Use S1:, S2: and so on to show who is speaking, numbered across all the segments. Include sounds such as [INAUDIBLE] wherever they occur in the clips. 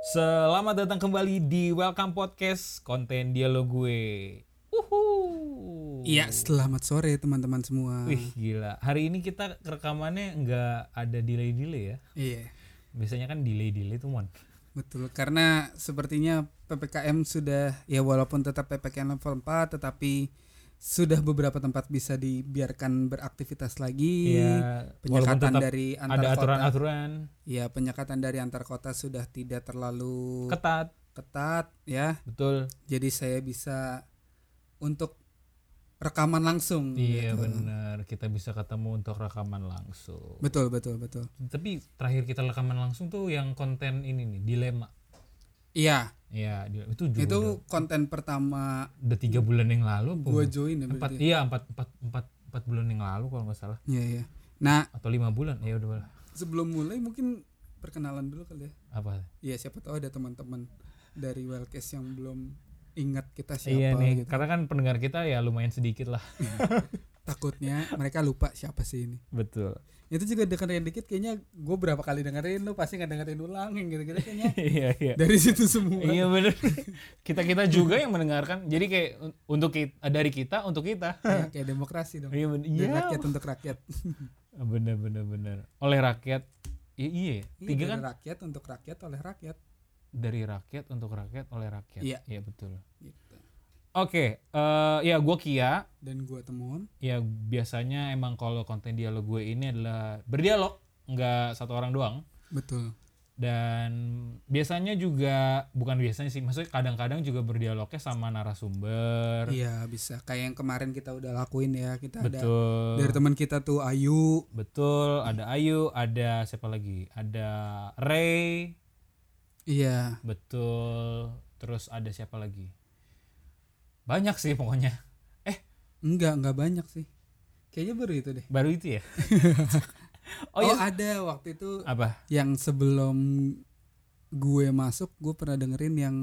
S1: Selamat datang kembali di Welcome Podcast konten dialog gue. Uhu.
S2: Iya, selamat sore teman-teman semua.
S1: Wih gila. Hari ini kita rekamannya nggak ada delay-delay ya.
S2: Iya,
S1: Biasanya kan delay-delay tuh mon.
S2: betul. Karena sepertinya PPKM sudah ya walaupun tetap PPKM level 4 tetapi sudah beberapa tempat bisa dibiarkan beraktivitas lagi.
S1: Iya, walaupun
S2: penyekatan
S1: tetap
S2: dari antar
S1: Ada
S2: kota.
S1: aturan-aturan
S2: Iya, penyekatan dari antar kota sudah tidak terlalu
S1: ketat,
S2: ketat ya.
S1: betul.
S2: Jadi saya bisa untuk rekaman langsung.
S1: Iya
S2: gitu.
S1: benar. Kita bisa ketemu untuk rekaman langsung.
S2: Betul, betul, betul.
S1: Tapi terakhir kita rekaman langsung tuh yang konten ini nih dilema.
S2: Iya,
S1: Iya, dilema. itu juga
S2: itu
S1: udah,
S2: konten pertama
S1: udah tiga bulan yang lalu. apa
S2: gue
S1: belum?
S2: join ya
S1: empat
S2: berarti.
S1: iya empat empat empat empat bulan yang lalu kalau nggak salah
S2: Iya, iya. Nah,
S1: atau lima bulan ya udah lah.
S2: sebelum mulai mungkin perkenalan dulu kali ya.
S1: apa
S2: Iya siapa tahu ada teman-teman dari Wellcase yang belum ingat kita
S1: iya
S2: siapa
S1: nih
S2: gitu.
S1: karena kan pendengar kita ya lumayan sedikit
S2: [LAUGHS]
S1: lah
S2: Takutnya mereka lupa siapa sih ini.
S1: betul
S2: Itu juga dengerin dikit kayaknya gue berapa kali dengerin lu pasti nggak dengerin ulang yang gitu-gitu kayaknya.
S1: [LAUGHS] iya iya
S2: dari situ semua. [LAUGHS]
S1: iya benar kita kita juga yang mendengarkan jadi kayak un- untuk kita, dari kita untuk kita
S2: Kayak- kayak demokrasi dong.
S1: iya bener
S2: Dari
S1: iya
S2: rakyat untuk rakyat.
S1: bener bener bener oleh rakyat iya iya
S2: Iya,
S1: tiga
S2: dari
S1: kan
S2: rakyat untuk rakyat oleh rakyat.
S1: dari rakyat untuk rakyat oleh rakyat
S2: Iya.
S1: iya betul
S2: Gitu.
S1: oke eh ya gua Kia
S2: Dan gue temuan
S1: ya biasanya emang kalau konten dialog gue ini adalah berdialog nggak satu orang doang
S2: betul.
S1: dan biasanya juga bukan biasanya sih maksudnya kadang-kadang juga berdialognya sama narasumber
S2: Iya bisa. Kayak yang kemarin kita udah lakuin ya kita ada
S1: betul
S2: dari teman kita tuh Ayu
S1: betul ada Ayu ada siapa lagi ada Ray
S2: Iya,
S1: betul terus ada siapa lagi banyak sih pokoknya eh
S2: enggak enggak banyak sih. Kayaknya baru itu deh.
S1: baru
S2: [LAUGHS]
S1: itu ya
S2: Oh,
S1: oh, iya
S2: ada waktu itu
S1: apa
S2: yang sebelum gue masuk gue pernah dengerin yang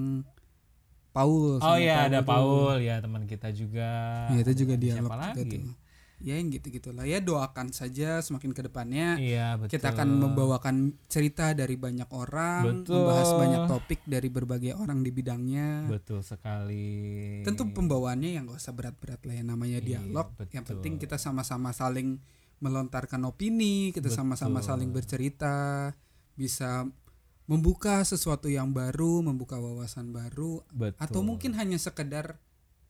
S1: oh
S2: Paul. sama
S1: iya ada
S2: tuh.
S1: Paul ya teman kita juga
S2: Iya, itu juga
S1: Ada
S2: dialog
S1: siapa
S2: juga
S1: lagi
S2: tuh. Ya yang gitu-gitulah. Ya doakan saja semakin ke depannya
S1: Iya betul.
S2: kita akan membawakan cerita dari banyak orang,
S1: Betul.
S2: membahas banyak topik dari berbagai orang di bidangnya.
S1: betul sekali.
S2: Hmm. Tentu pembawaannya yang gak usah berat-berat lah ya namanya
S1: Iya,
S2: dialog. yang
S1: betul.
S2: penting kita sama-sama saling melontarkan opini, kita sama-sama
S1: Betul.
S2: saling bercerita, bisa membuka sesuatu yang baru, membuka wawasan baru
S1: Betul.
S2: atau mungkin hanya sekedar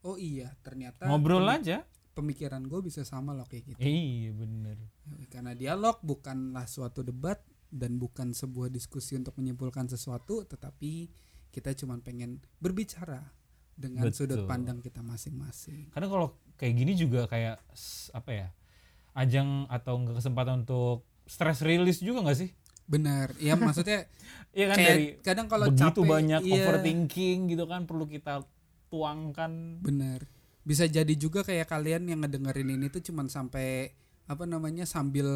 S2: oh iya ternyata
S1: ngobrol
S2: pemi-
S1: aja.
S2: pemikiran gue bisa sama loh kayak gitu.
S1: Iya bener.
S2: Karena dialog bukanlah suatu debat dan bukan sebuah diskusi untuk menyimpulkan sesuatu, tetapi kita cuma pengen berbicara dengan
S1: Betul.
S2: sudut pandang kita masing-masing.
S1: Karena kalau kayak gini juga kayak s- apa ya? Ajang atau enggak kesempatan untuk stress release juga nggak sih?
S2: Benar,
S1: [LAUGHS]
S2: ya maksudnya
S1: Iya kan
S2: kayak
S1: dari
S2: kadang kalau
S1: begitu
S2: capek,
S1: banyak
S2: iya,
S1: overthinking gitu kan perlu kita tuangkan.
S2: Benar, bisa jadi juga kayak kalian yang ngedengerin ini tuh cuman sampai apa namanya sambil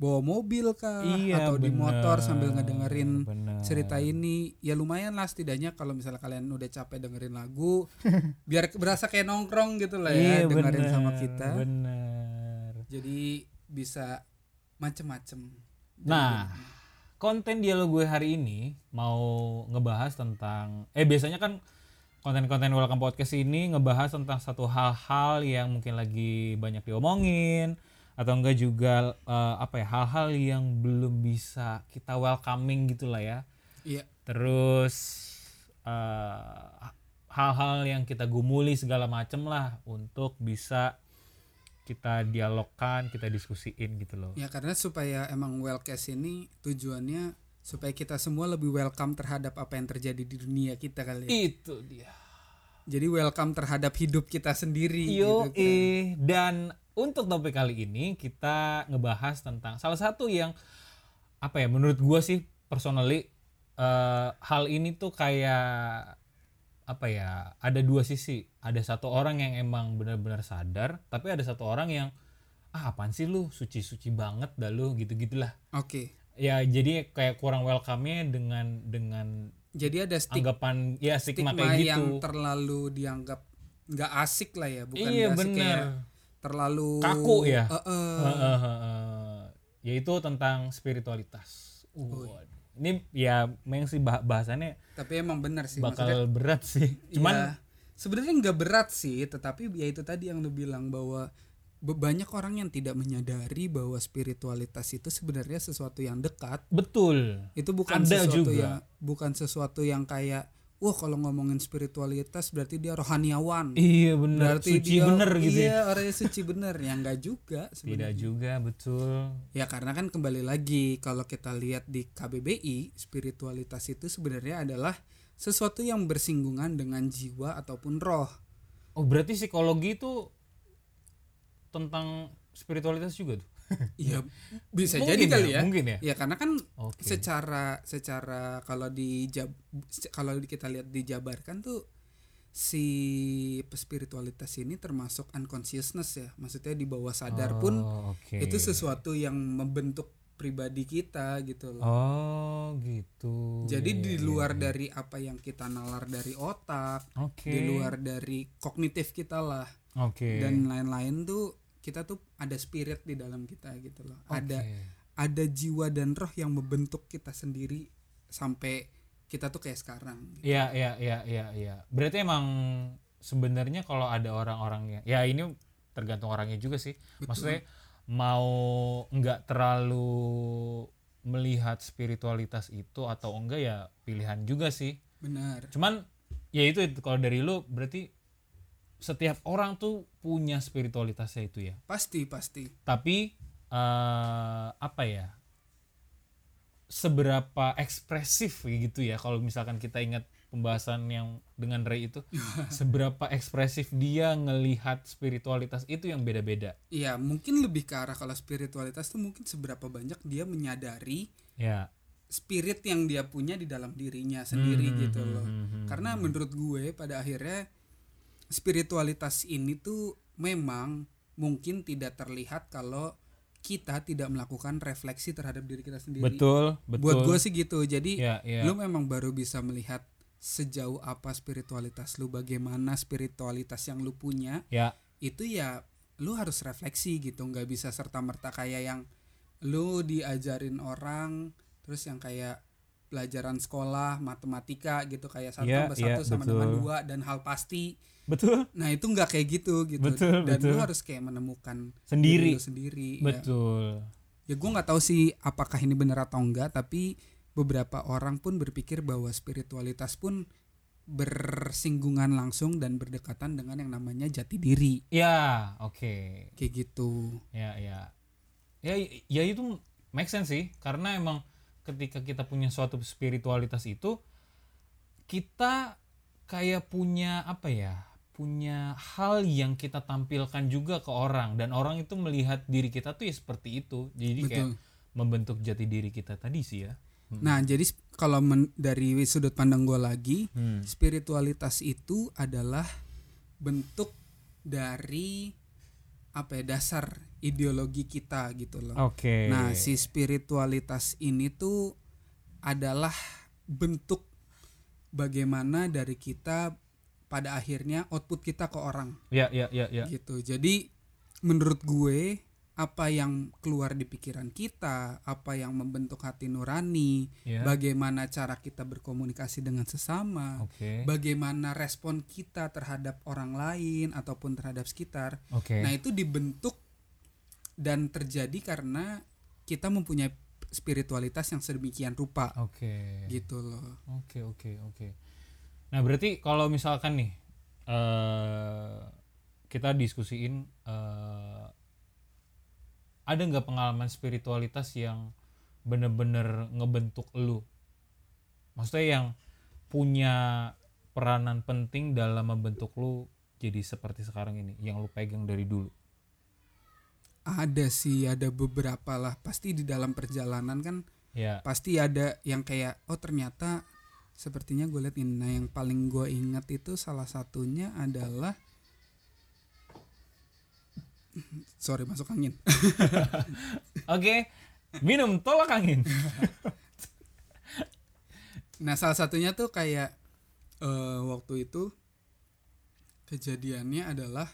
S2: bawa mobil kah
S1: iya
S2: atau di
S1: bener,
S2: motor sambil ngedengerin
S1: bener.
S2: cerita ini ya lumayan lah setidaknya kalau misalnya kalian udah capek dengerin
S1: [LAUGHS]
S2: lagu biar berasa kayak nongkrong gitu lah ya
S1: Iya,
S2: dengerin
S1: bener,
S2: sama kita
S1: Bener.
S2: jadi bisa macem-macem
S1: Nah, konten dialog gue hari ini mau ngebahas tentang eh biasanya kan konten-konten welcome podcast ini ngebahas tentang satu hal-hal yang mungkin lagi banyak diomongin atau enggak juga eh, apa ya hal-hal yang belum bisa kita welcoming gitulah ya.
S2: iya
S1: Terus eh, hal-hal yang kita gumuli segala macem lah untuk bisa kita dialogkan, kita diskusiin gitu loh.
S2: ya karena supaya emang wellcast ini tujuannya supaya kita semua lebih welcome terhadap apa yang terjadi di dunia kita kali ya.
S1: Itu dia.
S2: jadi welcome terhadap hidup kita sendiri
S1: Yo,
S2: gitu kan.
S1: dan untuk topik kali ini kita ngebahas tentang salah satu yang apa ya menurut gua sih personally eh, hal ini tuh kayak apa ya ada dua sisi ada satu orang yang emang benar-benar sadar tapi ada satu orang yang ah apaan sih lu suci-suci banget dah lu gitu-gitulah
S2: oke
S1: ya jadi kayak kurang welcome-nya dengan dengan
S2: jadi ada stigma
S1: anggapan ya stigma,
S2: stigma
S1: kayak gitu
S2: yang terlalu dianggap nggak asik lah ya bukan
S1: iya
S2: nggak asik
S1: bener
S2: kayak terlalu
S1: Kaku ya?
S2: Eh, eh. Oh, iya.
S1: Heeh, heeh. yaitu tentang Ya spiritualitas. Waduh. Ini ya memang sih bah- bahasannya
S2: Tapi emang benar sih maksudnya.
S1: bakal berat sih. Cuman
S2: iya. sebenarnya nggak berat sih, tetapi ya itu tadi yang lu bilang bahwa be- banyak orang yang tidak menyadari bahwa spiritualitas itu sebenarnya sesuatu yang dekat.
S1: betul.
S2: Itu bukan
S1: Ada
S2: sesuatu
S1: juga.
S2: yang bukan sesuatu yang kayak wah kalau ngomongin spiritualitas berarti dia rohaniawan.
S1: Iya benar. Suci
S2: dia-
S1: bener gitu. ya.
S2: Iya, orangnya suci bener ya nggak juga sebenarnya.
S1: Tidak juga betul.
S2: Ya karena kan kembali lagi kalau kita lihat di KBBI spiritualitas itu sebenarnya adalah sesuatu yang bersinggungan dengan jiwa ataupun roh.
S1: Oh berarti psikologi itu tentang spiritualitas juga tuh?
S2: [LAUGHS] Ya bisa
S1: Hmm. Mungkin
S2: jadi kali ya.
S1: Mungkin ya.
S2: Ya karena kan
S1: Oke.
S2: secara secara kalau di Jab- se- kalau kita lihat dijabarkan tuh si spiritualitas ini termasuk unconsciousness ya. Maksudnya di bawah sadar pun
S1: Oh, oke.
S2: itu sesuatu yang membentuk pribadi kita gitu loh.
S1: Oh gitu. Iya,
S2: Jadi di
S1: iya, iya.
S2: luar dari apa yang kita nalar dari otak,
S1: Oke.
S2: di luar dari kognitif kita lah
S1: Oke.
S2: dan lain-lain tuh kita tuh ada spirit di dalam kita gitu loh. Ada
S1: Oke.
S2: ada jiwa dan roh yang membentuk kita sendiri sampai kita tuh kayak sekarang. gitu.
S1: Iya iya iya iya iya. Berarti emang sebenarnya kalau ada orang-orang yang ya ini tergantung orangnya juga sih. Maksudnya mau nggak terlalu melihat spiritualitas itu atau enggak ya pilihan juga sih.
S2: Benar.
S1: Cuman ya itu, itu. kalau dari lu berarti setiap orang tuh punya spiritualitasnya itu ya.
S2: Pasti pasti.
S1: Tapi eh apa ya? Seberapa ekspresif gitu ya kalau misalkan kita ingat pembahasan yang dengan Ray
S2: [LAUGHS]
S1: itu seberapa ekspresif dia ngelihat spiritualitas itu yang beda-beda.
S2: Iya, mungkin lebih ke arah kalau spiritualitas tuh mungkin seberapa banyak dia menyadari
S1: Ya.
S2: spirit yang dia punya di dalam dirinya sendiri
S1: Hmm,
S2: gitu
S1: hmm,
S2: loh.
S1: hmm, hmm.
S2: Karena menurut gue pada akhirnya spiritualitas ini tuh memang mungkin tidak terlihat kalau kita tidak melakukan refleksi terhadap diri kita sendiri.
S1: betul, betul.
S2: Buat gue sih gitu. Jadi
S1: ya, ya.
S2: lu memang baru bisa melihat sejauh apa spiritualitas lu, bagaimana spiritualitas yang lu punya
S1: ya,
S2: itu ya lu harus refleksi gitu, nggak bisa serta merta kayak yang lu diajarin orang, terus yang kayak pelajaran sekolah matematika gitu kayak satu
S1: Iya,
S2: tambah
S1: iya,
S2: satu sama dengan
S1: betul.
S2: dua dan hal pasti.
S1: betul.
S2: Nah itu nggak kayak gitu gitu.
S1: Betul,
S2: dan lu
S1: betul.
S2: harus kayak menemukan diri
S1: Sendiri.
S2: lu sendiri. ya
S1: Betul.
S2: ya gue nggak tahu sih apakah ini benar atau enggak tapi beberapa orang pun berpikir bahwa spiritualitas pun bersinggungan langsung dan berdekatan dengan yang namanya jati diri
S1: Ya,
S2: Iya.
S1: oke.
S2: kayak gitu
S1: Ya, ya. Ya, ya itu make sense sih karena emang ketika kita punya suatu spiritualitas itu kita kayak punya apa ya? punya hal yang kita tampilkan juga ke orang dan orang itu melihat diri kita tuh ya seperti itu. Jadi kayak
S2: betul
S1: membentuk jati diri kita tadi sih ya.
S2: nah jadi sp- kalau men- dari sudut pandang gue lagi
S1: Hmm.
S2: spiritualitas itu adalah bentuk dari apa ya dasar ideologi kita gitu loh
S1: Oke.
S2: Nah, si spiritualitas ini tuh adalah bentuk bagaimana dari kita pada akhirnya output kita ke orang
S1: Ya, ya, ya, ya.
S2: gitu. Jadi menurut gue apa yang keluar di pikiran kita, apa yang membentuk hati nurani,
S1: Ya.
S2: bagaimana cara kita berkomunikasi dengan sesama,
S1: Oke.
S2: bagaimana respon kita terhadap orang lain ataupun terhadap sekitar
S1: Oke.
S2: Nah, itu dibentuk dan terjadi karena kita mempunyai spiritualitas yang sedemikian rupa
S1: Oke.
S2: gitu loh.
S1: Oke oke oke. Nah berarti kalau misalkan nih eh kita diskusiin eh ada nggak pengalaman spiritualitas yang bener-bener ngebentuk lu? Maksudnya yang punya peranan penting dalam membentuk lu jadi seperti sekarang ini, yang lu pegang dari dulu.
S2: Ada sih, ada beberapa lah. Pasti di dalam perjalanan kan
S1: Ya.
S2: pasti ada yang kayak oh ternyata sepertinya gue liat ini. Nah, yang paling gue ingat itu salah satunya adalah [LAUGHS] sorry masuk angin. [LAUGHS]
S1: Oke. Minum tolak angin.
S2: Nah salah satunya tuh kayak eh, waktu itu kejadiannya adalah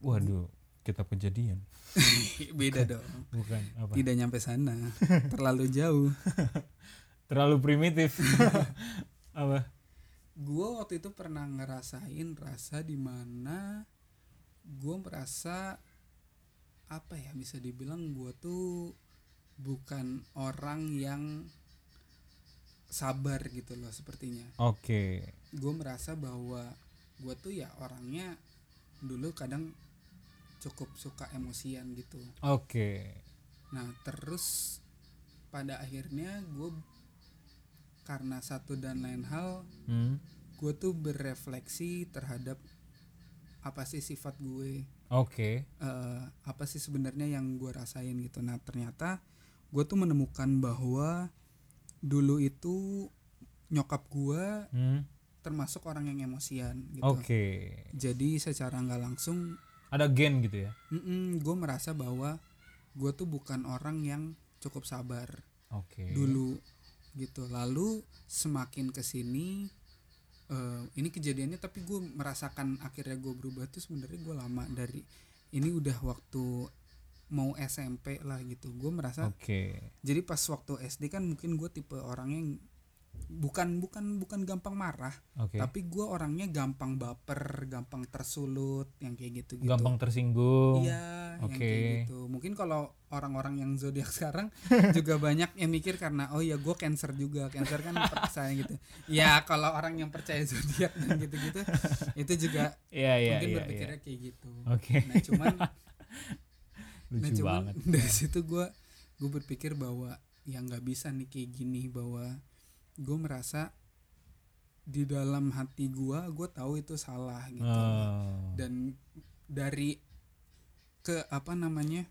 S1: Waduh, kita kejadian.
S2: [LAUGHS] beda dong.
S1: Bukan apa?
S2: Tidak nyampe sana, terlalu jauh.
S1: terlalu primitif apa
S2: gue waktu itu pernah ngerasain rasa dimana gue merasa apa ya bisa dibilang gue tuh bukan orang yang sabar gitu loh sepertinya
S1: oke
S2: gue merasa bahwa gue tuh ya orangnya dulu kadang cukup suka emosian gitu
S1: oke
S2: nah terus pada akhirnya gue karena satu dan lain hal
S1: Hmm.
S2: gue tuh berefleksi terhadap apa sih sifat gue
S1: oke
S2: eh, apa sih sebenarnya yang gue rasain gitu nah ternyata gue tuh menemukan bahwa dulu itu nyokap gue
S1: Hmm.
S2: termasuk orang yang emosian gitu
S1: oke
S2: jadi secara nggak langsung
S1: ada gen gitu ya
S2: gue merasa bahwa gue tuh bukan orang yang cukup sabar
S1: oke
S2: dulu gitu lalu semakin kesini eh, ini kejadiannya tapi gue merasakan akhirnya gue berubah tuh sebenarnya gue lama dari ini udah waktu mau SMP lah gitu gue merasa
S1: oke
S2: jadi pas waktu SD kan mungkin gue tipe orang yang bukan bukan bukan gampang marah
S1: oke
S2: tapi gue orangnya gampang baper gampang tersulut yang kayak gitu gitu
S1: gampang tersinggung
S2: Iya,
S1: gitu.
S2: yang
S1: Oke.
S2: kayak gitu. Mungkin kalau orang-orang yang zodiak [LAUGHS] sekarang juga banyak yang mikir karena oh ya gue cancer juga, cancer kan percaya gitu. Ya kalau orang yang percaya zodiak dan gitu-gitu itu juga
S1: iya [LAUGHS] iya
S2: mungkin
S1: iya, iya
S2: berpikirnya kayak gitu.
S1: oke
S2: Nah cuman, nah,
S1: [LAUGHS] lucu
S2: cuman
S1: banget
S2: [LAUGHS] dari situ gue gue berpikir bahwa ya nggak bisa nih kayak gini bahwa gue merasa di dalam hati gue gue tahu itu salah gitu
S1: Oh.
S2: dan dari ke apa namanya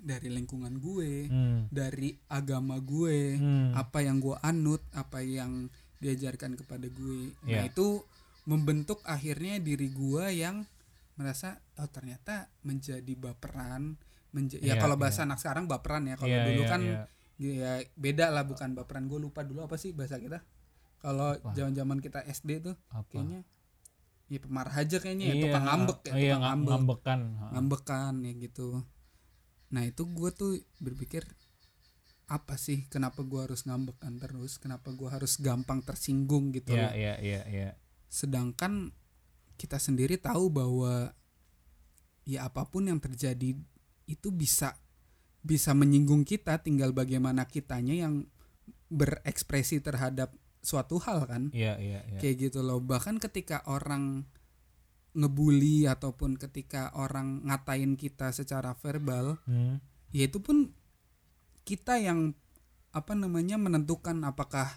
S2: dari lingkungan gue
S1: Hmm.
S2: dari agama gue
S1: Hmm.
S2: apa yang gue anut apa yang diajarkan kepada gue nah
S1: Iya.
S2: itu membentuk akhirnya diri gue yang merasa oh ternyata menjadi baperan menja-
S1: Iya,
S2: ya kalau
S1: iya.
S2: bahasa anak sekarang baperan ya kalau
S1: Iya,
S2: dulu
S1: iya,
S2: kan
S1: iya.
S2: ya beda lah bukan baperan gue lupa dulu apa sih bahasa kita kalau
S1: Apa?
S2: zaman-zaman kita SD tuh
S1: apa
S2: kayaknya ya pemarah aja kayaknya ya, tukang ngambek ya,
S1: oh iya,
S2: tukang
S1: ngam-
S2: ngambek
S1: ngambekan Ha.
S2: ngambekan ya gitu nah itu gue tuh berpikir apa sih kenapa gue harus ngambekan terus kenapa gue harus gampang tersinggung gitu
S1: iya
S2: loh.
S1: iya iya iya
S2: sedangkan kita sendiri tahu bahwa ya apapun yang terjadi itu bisa bisa menyinggung kita tinggal bagaimana kitanya yang berekspresi terhadap suatu hal kan
S1: iya iya iya
S2: kayak gitu loh bahkan ketika orang ngebully ataupun ketika orang ngatain kita secara verbal
S1: Hmm.
S2: ya itu pun kita yang apa namanya menentukan apakah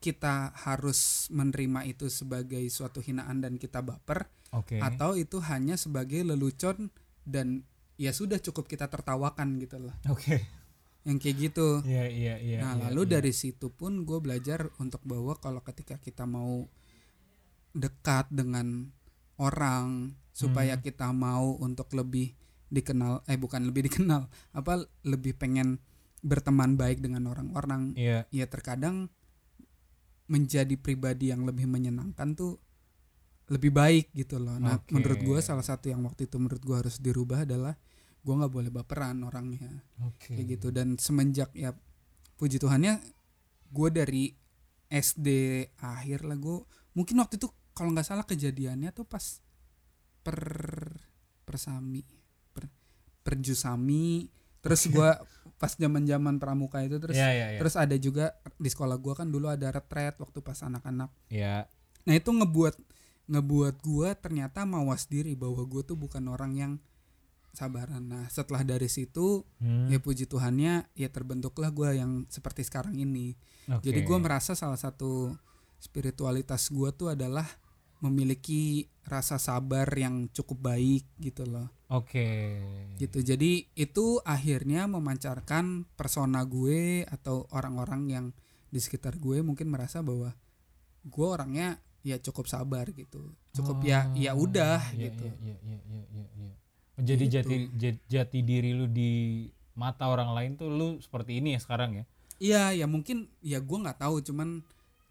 S2: kita harus menerima itu sebagai suatu hinaan dan kita baper
S1: oke
S2: atau itu hanya sebagai lelucon dan ya sudah cukup kita tertawakan gitu loh
S1: oke [LAUGHS]
S2: yang kayak gitu
S1: iya iya iya
S2: Nah,
S1: iya, iya.
S2: lalu dari situ pun gue belajar untuk bahwa kalau ketika kita mau dekat dengan orang supaya
S1: Hmm.
S2: kita mau untuk lebih dikenal eh bukan lebih [LAUGHS] dikenal apa lebih pengen berteman baik dengan orang-orang
S1: iya
S2: ya terkadang menjadi pribadi yang lebih menyenangkan tuh lebih baik gitu loh. Nah,
S1: Oke.
S2: menurut gue salah satu yang waktu itu menurut gue harus dirubah adalah gue nggak boleh baperan orangnya
S1: oke
S2: kayak gitu dan semenjak ya puji Tuhannya gue dari SD akhir lah gue mungkin waktu itu kalau nggak salah kejadiannya tuh pas per persami per perjusami terus
S1: [LAUGHS]
S2: gue pas zaman zaman pramuka itu terus
S1: iya iya iya
S2: terus ada juga di sekolah gue kan dulu ada retret waktu pas anak-anak
S1: iya
S2: nah itu ngebuat ngebuat gue ternyata mawas diri bahwa gue tuh bukan orang yang sabaran nah setelah dari situ
S1: Hmm.
S2: ya puji Tuhannya ya terbentuklah gue yang seperti sekarang ini
S1: Oke.
S2: jadi gue merasa salah satu spiritualitas gue tuh adalah memiliki rasa sabar yang cukup baik gitu loh
S1: oke
S2: gitu jadi itu akhirnya memancarkan persona gue atau orang-orang yang di sekitar gue mungkin merasa bahwa gue orangnya ya cukup sabar gitu cukup ya
S1: Ah,
S2: ya udah
S1: iya,
S2: gitu
S1: iya, iya, iya, iya, iya, iya. menjadi
S2: Gitu.
S1: jati ja- jati diri lu di mata orang lain tuh lu seperti ini ya sekarang ya
S2: iya ya mungkin ya gue nggak tahu cuman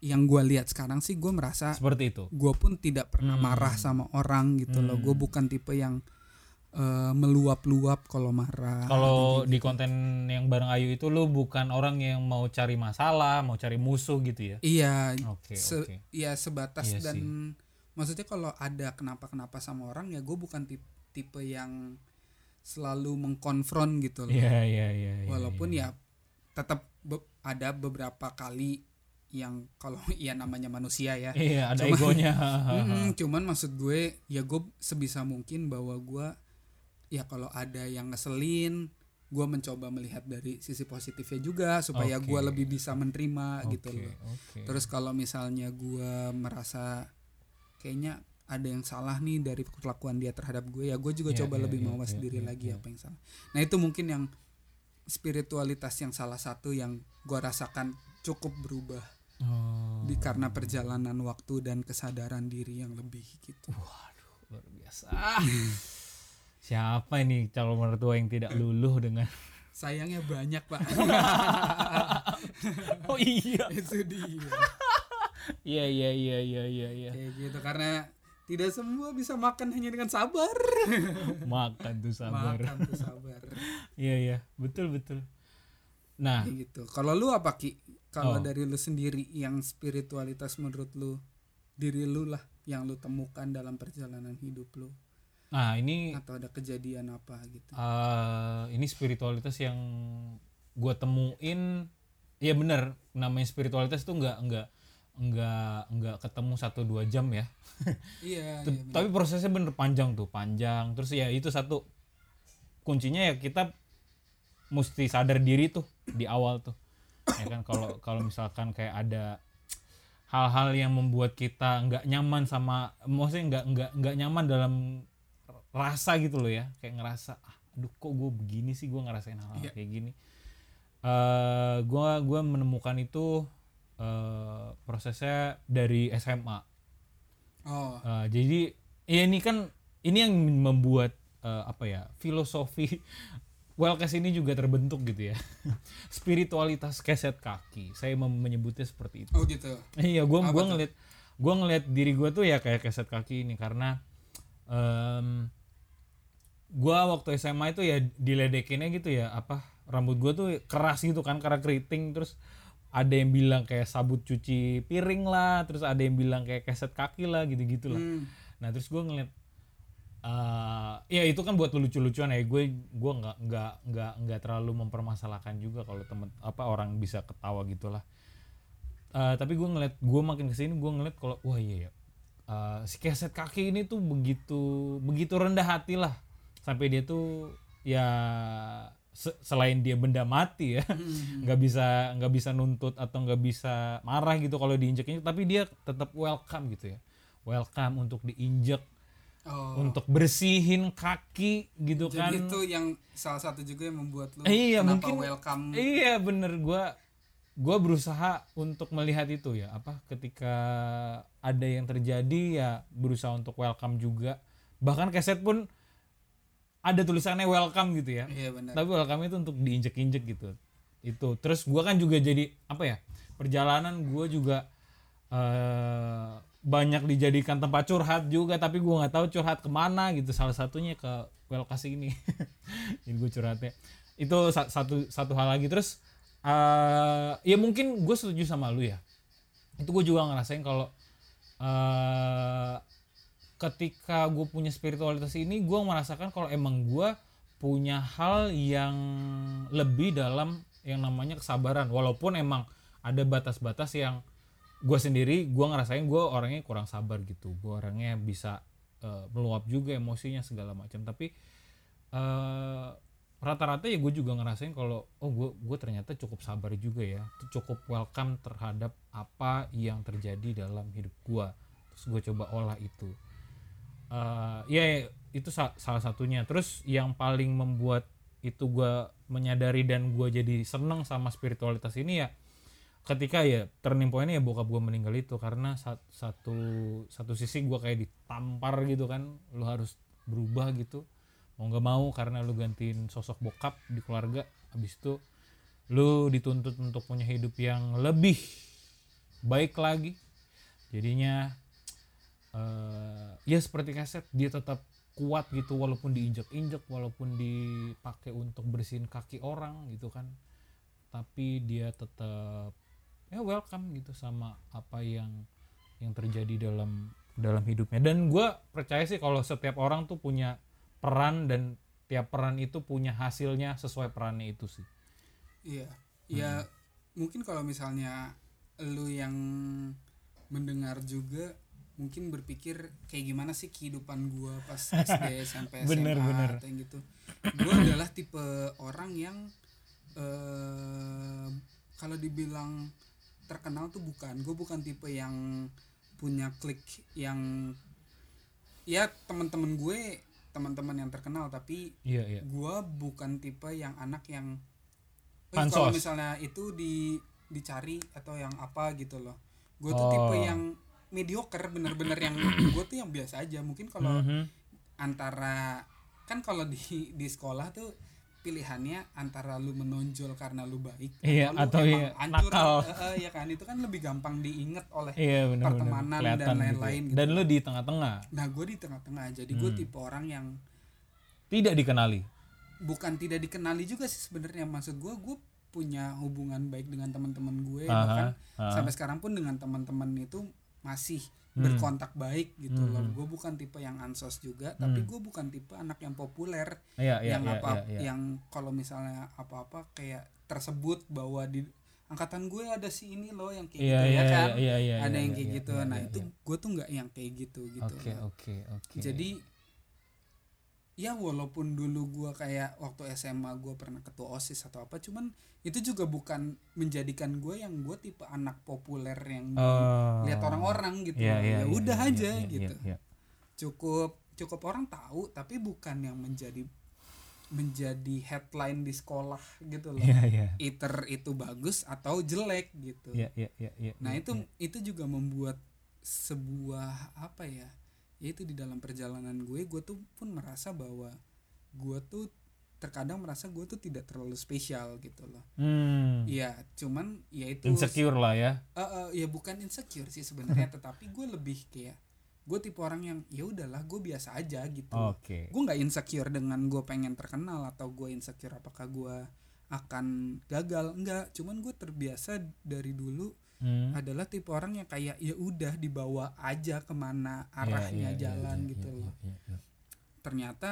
S2: yang gue lihat sekarang sih gue merasa
S1: seperti itu
S2: gue pun tidak pernah
S1: Hmm.
S2: marah sama orang gitu loh
S1: Hmm.
S2: gue bukan tipe yang eh, meluap-luap kalau marah.
S1: Kalau
S2: Gitu.
S1: di konten yang bareng Ayu itu lu bukan orang yang mau cari masalah, mau cari musuh gitu ya.
S2: iya,
S1: Oke,
S2: se-
S1: oke.
S2: ya sebatas
S1: Iya
S2: dan
S1: sih.
S2: maksudnya kalau ada kenapa-kenapa sama orang ya gue bukan tip- tipe yang selalu mengkonfront gitu loh.
S1: Iya, iya, iya. iya,
S2: Walaupun
S1: iya.
S2: ya tetap be- ada beberapa kali yang kalau [LAUGHS] ya namanya manusia ya.
S1: Iya, ada
S2: Cuma-
S1: egonya.
S2: [LAUGHS] Mm-mm, cuman maksud gue ya gue sebisa mungkin bahwa gue ya kalau ada yang ngeselin gue mencoba melihat dari sisi positifnya juga supaya
S1: Oke.
S2: gue lebih bisa menerima gitu
S1: Oke,
S2: loh
S1: oke.
S2: terus kalau misalnya gue merasa kayaknya ada yang salah nih dari perlakuan dia terhadap gue ya gue juga
S1: Iya,
S2: coba
S1: iya,
S2: lebih
S1: iya,
S2: mawas
S1: iya,
S2: diri
S1: iya,
S2: lagi
S1: iya.
S2: apa yang salah nah itu mungkin yang spiritualitas yang salah satu yang gue rasakan cukup berubah
S1: Oh,
S2: di karena perjalanan waktu dan kesadaran diri yang lebih gitu
S1: waduh, luar biasa. Siapa ini calon mertua yang tidak luluh dengan
S2: Sayangnya banyak pak
S1: [LAUGHS] Oh iya.
S2: Itu dia
S1: Iya, iya, iya, iya, iya, iya.
S2: Kayak gitu karena Tidak semua bisa makan hanya dengan sabar
S1: Makan tuh sabar.
S2: Makan tuh sabar
S1: Iya, iya. Betul, betul. Nah,
S2: Kayak gitu Kalau lu apa Ki?
S1: Oh.
S2: Kalau dari lu sendiri Yang spiritualitas menurut lu Diri lu lah Yang lu temukan dalam perjalanan hidup lu
S1: nah ini
S2: Atau ada kejadian apa gitu
S1: eh ini spiritualitas yang gue temuin ya bener namanya spiritualitas tuh nggak nggak nggak nggak ketemu satu dua jam ya [LAUGHS]
S2: Iya
S1: T- tapi prosesnya bener panjang tuh panjang terus ya itu satu kuncinya ya kita mesti sadar diri tuh di awal tuh ya kan kalau kalau misalkan kayak ada hal-hal yang membuat kita nggak nyaman sama maksudnya nggak nggak nggak nyaman dalam rasa gitu loh ya kayak ngerasa ah, aduh kok gue begini sih gue ngerasain hal-hal
S2: Iya.
S1: kayak gini eh gue gua menemukan itu eh, prosesnya dari SMA
S2: Oh
S1: Uh, jadi ya ini kan ini yang membuat uh, apa ya filosofi [LAUGHS] Wellcast ini juga terbentuk gitu ya [LAUGHS] spiritualitas keset kaki saya mem- menyebutnya seperti itu
S2: Oh gitu
S1: iya gua
S2: Apa
S1: gua
S2: tuh?
S1: ngeliat gua ngeliat diri gua tuh ya kayak keset kaki ini karena em, gua waktu SMA itu ya diledekinnya gitu ya apa rambut gua tuh keras gitu kan karena keriting terus ada yang bilang kayak sabut cuci piring lah terus ada yang bilang kayak keset kaki lah gitu gitu lah
S2: Hmm.
S1: Nah terus gue ngeliat eh ya itu kan buat lucu-lucuan ya gue gua nggak nggak nggak nggak terlalu mempermasalahkan juga kalau temen apa orang bisa ketawa gitu gitulah Eh tapi gue ngeliat gue makin kesini gue ngeliat kalau wah iya ya Eh, si keset kaki ini tuh begitu begitu rendah hati lah sampai dia tuh ya se- selain dia benda mati ya
S2: Hmm.
S1: nggak bisa nggak bisa nuntut atau nggak bisa marah gitu kalau diinjek-injek tapi dia tetap welcome gitu ya welcome untuk diinjek
S2: Oh
S1: untuk bersihin kaki gitu kan
S2: Jadi itu yang salah satu juga yang membuat lu
S1: Eh, iya,
S2: kenapa
S1: mungkin-
S2: welcome
S1: iya bener gua gua berusaha untuk melihat itu ya apa ketika ada yang terjadi ya berusaha untuk welcome juga bahkan keset pun ada tulisannya welcome gitu ya
S2: Iya benar.
S1: tapi welcome itu untuk diinjek-injek gitu itu terus gua kan juga jadi apa ya perjalanan gua juga eh banyak dijadikan tempat curhat juga tapi gua nggak tahu curhat kemana gitu salah satunya ke welcome ini [LAUGHS] jadi gue curhatnya itu sa- satu satu hal lagi terus eh ya mungkin gue setuju sama lu ya itu gue juga ngerasain kalau eh ketika gue punya spiritualitas ini gue merasakan kalau emang gue punya hal yang lebih dalam yang namanya kesabaran walaupun emang ada batas-batas yang gue sendiri gue ngerasain gue orangnya kurang sabar gitu gue orangnya bisa eh, meluap juga emosinya segala macam tapi eh, rata-rata ya gue juga ngerasain kalau oh gue gue ternyata cukup sabar juga ya cukup welcome terhadap apa yang terjadi dalam hidup gue terus gue coba olah itu Eh, ya ya, itu sa- salah satunya terus yang paling membuat itu gue menyadari dan gue jadi seneng sama spiritualitas ini ya ketika ya turning pointnya ya bokap gue meninggal itu karena sat- satu satu sisi gue kayak ditampar gitu kan lu harus berubah gitu mau nggak mau karena lu gantiin sosok bokap di keluarga habis itu lu dituntut untuk punya hidup yang lebih baik lagi jadinya eh ya seperti kaset dia tetap kuat gitu walaupun diinjek-injek walaupun dipakai untuk bersihin kaki orang gitu kan tapi dia tetap ya welcome gitu sama apa yang yang terjadi dalam dalam hidupnya dan gue percaya sih kalau setiap orang tuh punya peran dan tiap peran itu punya hasilnya sesuai perannya itu sih
S2: Iya. Ya mungkin kalau misalnya lu yang mendengar juga mungkin berpikir kayak gimana sih kehidupan gua pas SD SMP SMA
S1: Bener, bener.
S2: atau yang gitu. Gua adalah tipe orang yang eh kalau dibilang terkenal tuh bukan. Gue bukan tipe yang punya klik yang ya teman-teman gue teman-teman yang terkenal tapi
S1: iya iya
S2: gua bukan tipe yang anak yang "Eh,
S1: Pansos.
S2: kalau misalnya itu di dicari atau yang apa gitu loh gue tuh
S1: Oh.
S2: tipe yang mediocre bener-bener
S1: [CLEARS THROAT]
S2: yang gue tuh yang biasa aja mungkin kalau
S1: Mhm.
S2: antara kan kalau di di sekolah tuh pilihannya antara lu menonjol karena lu baik
S1: Iya, atau iya,
S2: emang hancur,
S1: nakal.
S2: eh, eh, ya kan itu kan lebih gampang diingat oleh
S1: iya benar
S2: pertemanan dan lain-lain gitu.
S1: dan lu di tengah-tengah
S2: nah gue di tengah-tengah jadi
S1: Hmm.
S2: gue tipe orang yang
S1: tidak dikenali
S2: bukan tidak dikenali juga sih sebenarnya maksud gue gue punya hubungan baik dengan teman-teman
S1: Aha,
S2: gue bahkan
S1: aha. Hmm.
S2: sampai sekarang pun dengan teman-teman itu masih berkontak baik gitu loh gue bukan tipe yang ansos juga tapi gue bukan tipe anak yang populer
S1: iya Hmm. iya
S2: yang
S1: iya,
S2: apa
S1: iya, iya.
S2: yang kalau misalnya apa-apa kayak tersebut bahwa di angkatan gue ada si ini loh yang kayak
S1: Iya,
S2: gitu
S1: iya,
S2: ya kan
S1: iya, iya,
S2: ada
S1: iya,
S2: yang
S1: iya,
S2: kayak
S1: iya,
S2: gitu
S1: iya,
S2: nah
S1: iya,
S2: itu
S1: iya.
S2: gue tuh nggak yang kayak gitu gitu
S1: oke
S2: loh.
S1: oke oke
S2: Jadi ya walaupun dulu gua kayak waktu SMA gua pernah ketua OSIS atau apa cuman itu juga bukan menjadikan gue yang gue tipe anak populer yang
S1: Oh.
S2: lihat orang-orang gitu.
S1: Iya, iya,
S2: ya
S1: iya,
S2: udah
S1: iya,
S2: aja
S1: iya, iya,
S2: gitu.
S1: iya.
S2: Cukup cukup orang tahu tapi bukan yang menjadi menjadi headline di sekolah gitu loh.
S1: Iya iya.
S2: Either itu bagus atau jelek gitu.
S1: Iya iya iya iya.
S2: Nah
S1: iya,
S2: itu
S1: iya.
S2: itu juga membuat sebuah apa ya? Yaitu di dalam perjalanan gue, gue tuh pun merasa bahwa gue tuh terkadang merasa gue tuh tidak terlalu spesial gitu loh.
S1: Hmm,
S2: Iya, cuman ya itu
S1: insecure lah ya.
S2: Eh, eh, ya bukan insecure sih
S1: [LAUGHS]
S2: sebenarnya, tetapi gue lebih kayak gue tipe orang yang ya udahlah gue biasa aja gitu.
S1: Oke.
S2: Gue nggak insecure dengan gue pengen terkenal atau gue insecure apakah gue akan gagal enggak cuman gue terbiasa dari dulu
S1: Hmm.
S2: adalah tipe orang yang kayak ya udah dibawa aja kemana
S1: Iya,
S2: arahnya
S1: iya, iya,
S2: jalan
S1: iya,
S2: gitu
S1: iya,
S2: loh
S1: iya, iya.
S2: ternyata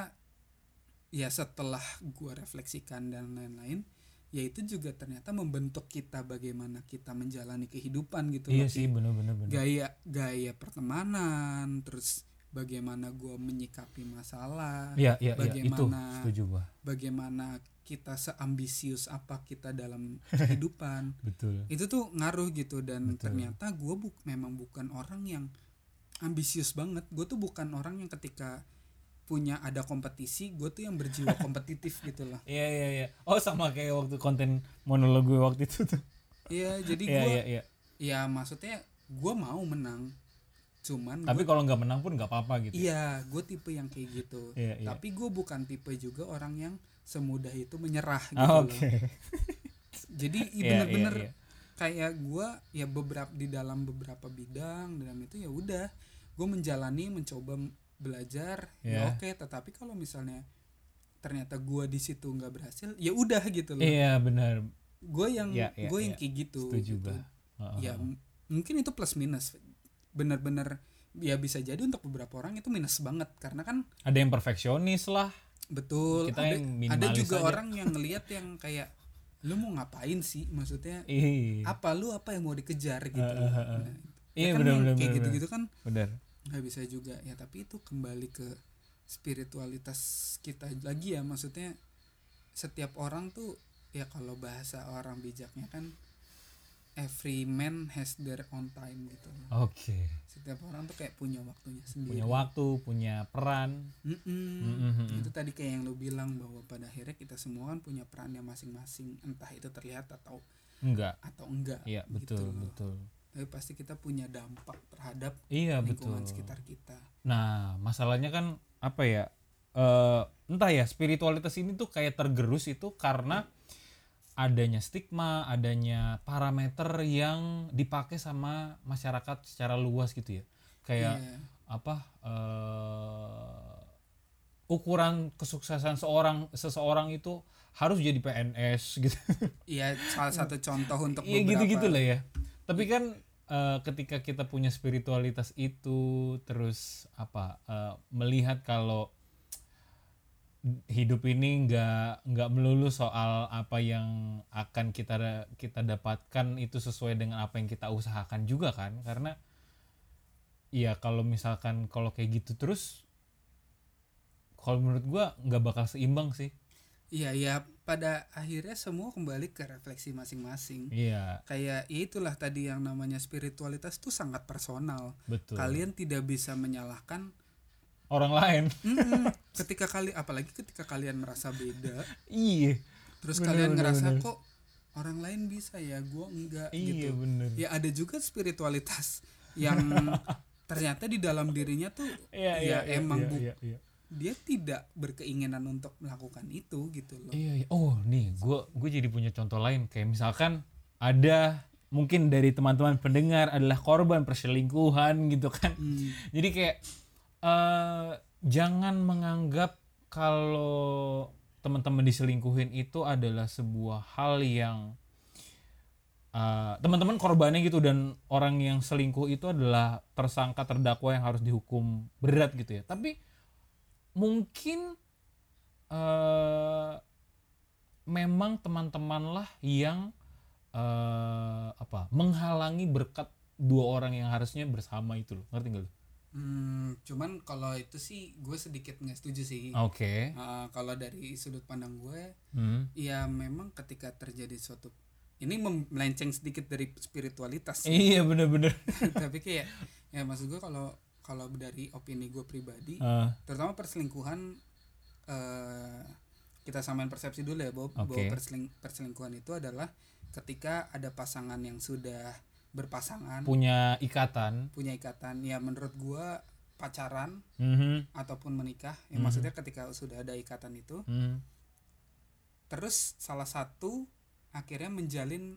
S2: ya setelah gua refleksikan dan lain-lain ya itu juga ternyata membentuk kita bagaimana kita menjalani kehidupan gitu
S1: Iya
S2: loh
S1: sih bener bener bener.
S2: gaya gaya pertemanan terus bagaimana gua menyikapi masalah
S1: Iya iya iya itu
S2: bagaimana
S1: setuju gua.
S2: bagaimana kita seambisius apa kita dalam
S1: [LAUGHS]
S2: kehidupan
S1: Betul.
S2: itu tuh ngaruh gitu dan
S1: Betul.
S2: ternyata gue buk memang bukan orang yang ambisius banget gue tuh bukan orang yang ketika punya ada kompetisi gue tuh yang
S1: [LAUGHS]
S2: berjiwa kompetitif gitu loh
S1: Iya iya iya. Oh sama kayak waktu konten monolog gue waktu itu tuh.
S2: iya jadi
S1: Iya
S2: gue
S1: iya iya.
S2: ya maksudnya gue mau menang cuman
S1: Tapi kalau nggak menang pun nggak apa-apa gitu.
S2: iya gue tipe yang kayak gitu
S1: Iya, iya.
S2: tapi gue bukan tipe juga orang yang semudah itu menyerah gitu
S1: Ah,
S2: loh
S1: Oke.
S2: jadi i-
S1: Iya,
S2: bener-bener
S1: iya, iya.
S2: kayak gua ya beberapa di dalam beberapa bidang dalam itu ya udah gue menjalani mencoba m- belajar
S1: Iya.
S2: ya oke tetapi kalau misalnya ternyata gua di situ nggak berhasil ya udah gitu loh
S1: Iya benar.
S2: gue yang
S1: Iya, iya,
S2: gue yang
S1: iya.
S2: kayak gitu
S1: Setuju
S2: gitu.
S1: gua. Heeh.
S2: ya m- mungkin itu plus minus bener-bener ya bisa jadi untuk beberapa orang itu minus banget karena kan
S1: Ada yang perfeksionis lah.
S2: betul
S1: Kita
S2: ada,
S1: yang
S2: ada
S1: minimalis
S2: juga
S1: aja.
S2: orang yang ngelihat yang kayak lu mau ngapain sih maksudnya
S1: Iya.
S2: apa lu apa yang mau dikejar gitu
S1: Eh, eh, eh, eh.
S2: Nah, ya
S1: Iya
S2: kan
S1: benar
S2: yang
S1: benar.
S2: kayak
S1: benar,
S2: gitu-gitu kan
S1: Benar.
S2: nggak bisa juga ya tapi itu kembali ke spiritualitas kita lagi ya maksudnya setiap orang tuh ya kalau bahasa orang bijaknya kan every man has their own time gitu loh.
S1: Oke.
S2: setiap orang tuh kayak punya waktunya sendiri
S1: Punya waktu, punya peran.
S2: Mm-mm.
S1: Mm-mm.
S2: itu tadi kayak yang lu bilang bahwa pada akhirnya kita semua kan punya perannya masing-masing entah itu terlihat atau
S1: Enggak.
S2: atau enggak
S1: Iya
S2: gitu
S1: betul
S2: loh.
S1: betul.
S2: tapi pasti kita punya dampak terhadap
S1: Iya
S2: lingkungan
S1: betul.
S2: sekitar kita
S1: Nah masalahnya kan apa ya? eh entah ya spiritualitas ini tuh kayak tergerus itu karena adanya stigma, adanya parameter yang dipakai sama masyarakat secara luas gitu ya. Kayak
S2: Iya.
S1: apa? eh ukuran kesuksesan seorang seseorang itu harus jadi PNS gitu. [LAUGHS]
S2: Iya, salah satu contoh untuk
S1: Iya
S2: beberapa.
S1: gitu-gitu lah ya. Tapi kan eh, ketika kita punya spiritualitas itu terus apa eh, melihat kalau hidup ini nggak nggak melulu soal apa yang akan kita kita dapatkan itu sesuai dengan apa yang kita usahakan juga kan karena ya kalau misalkan kalau kayak gitu terus kalau menurut gua nggak bakal seimbang sih
S2: Iya, iya. Pada akhirnya semua kembali ke refleksi masing-masing.
S1: iya
S2: Kayak ya itulah tadi yang namanya spiritualitas tuh sangat personal.
S1: betul
S2: Kalian tidak bisa menyalahkan
S1: orang lain [LAUGHS]
S2: Mm-mm. ketika kali apalagi ketika kalian merasa beda,
S1: iya
S2: terus
S1: Bener,
S2: kalian
S1: bener,
S2: ngerasa
S1: bener.
S2: kok orang lain bisa ya, gua enggak
S1: iya
S2: gitu.
S1: bener
S2: Ya ada juga spiritualitas
S1: [LAUGHS]
S2: yang ternyata di dalam dirinya tuh
S1: Iya,
S2: ya emang bu-
S1: iya, iya.
S2: dia tidak berkeinginan untuk melakukan itu gitu loh.
S1: Iya, iya. Oh, nih, gue gue jadi punya contoh lain. Kayak misalkan ada mungkin dari teman-teman pendengar adalah korban perselingkuhan gitu kan.
S2: Hmm.
S1: Jadi kayak eh jangan menganggap kalau teman-teman diselingkuhin itu adalah sebuah hal yang eh, teman-teman korbannya gitu dan orang yang selingkuh itu adalah tersangka terdakwa yang harus dihukum berat gitu ya. Tapi mungkin eh memang teman-teman lah yang eh apa menghalangi berkat dua orang yang harusnya bersama itu loh ngerti nggak lu?
S2: Hmm, cuman kalau itu sih gue sedikit nggak setuju sih.
S1: Oke.
S2: Uh, kalau dari sudut pandang gue,
S1: Hmm.
S2: ya memang ketika terjadi suatu ini mem- melenceng sedikit dari spiritualitas, sih.
S1: Iya bener-bener.
S2: [LAUGHS] tapi kayak ya maksud gue kalau kalau dari opini gue pribadi,
S1: Eh,
S2: terutama perselingkuhan eh kita samain persepsi dulu ya Bob, bahwa
S1: Oke.
S2: perseling- perselingkuhan itu adalah ketika ada pasangan yang sudah berpasangan
S1: punya ikatan.
S2: punya ikatan ya menurut gua pacaran
S1: Mhm.
S2: ataupun menikah ya
S1: Mhm.
S2: maksudnya ketika sudah ada ikatan itu
S1: Hmm.
S2: terus salah satu akhirnya menjalin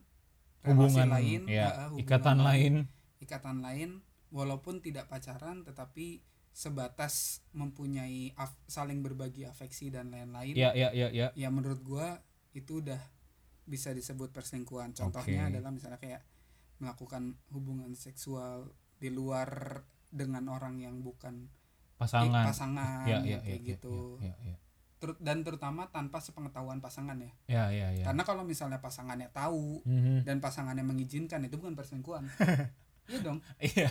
S2: relasi
S1: Hubungan
S2: lain eh, eh,
S1: ya,
S2: hubungan
S1: ikatan lain.
S2: ikatan lain walaupun tidak pacaran tetapi sebatas mempunyai af- saling berbagi afeksi dan lain-lain
S1: Ya ya ya ya.
S2: ya menurut gua itu udah bisa disebut perselingkuhan contohnya
S1: Oke.
S2: adalah misalnya kayak melakukan hubungan seksual di luar dengan orang yang bukan eh,
S1: Pasangan.
S2: pasangan
S1: Ya ya
S2: ya,
S1: ya,
S2: kayak
S1: ya,
S2: gitu
S1: Ya ya.
S2: Teru- dan terutama tanpa sepengetahuan pasangan ya
S1: Ya ya ya.
S2: karena kalau misalnya pasangannya tahu
S1: Mhm.
S2: dan pasangannya mengizinkan itu bukan
S1: [LAUGHS]
S2: perselingkuhan [LAUGHS] iya dong
S1: Iya,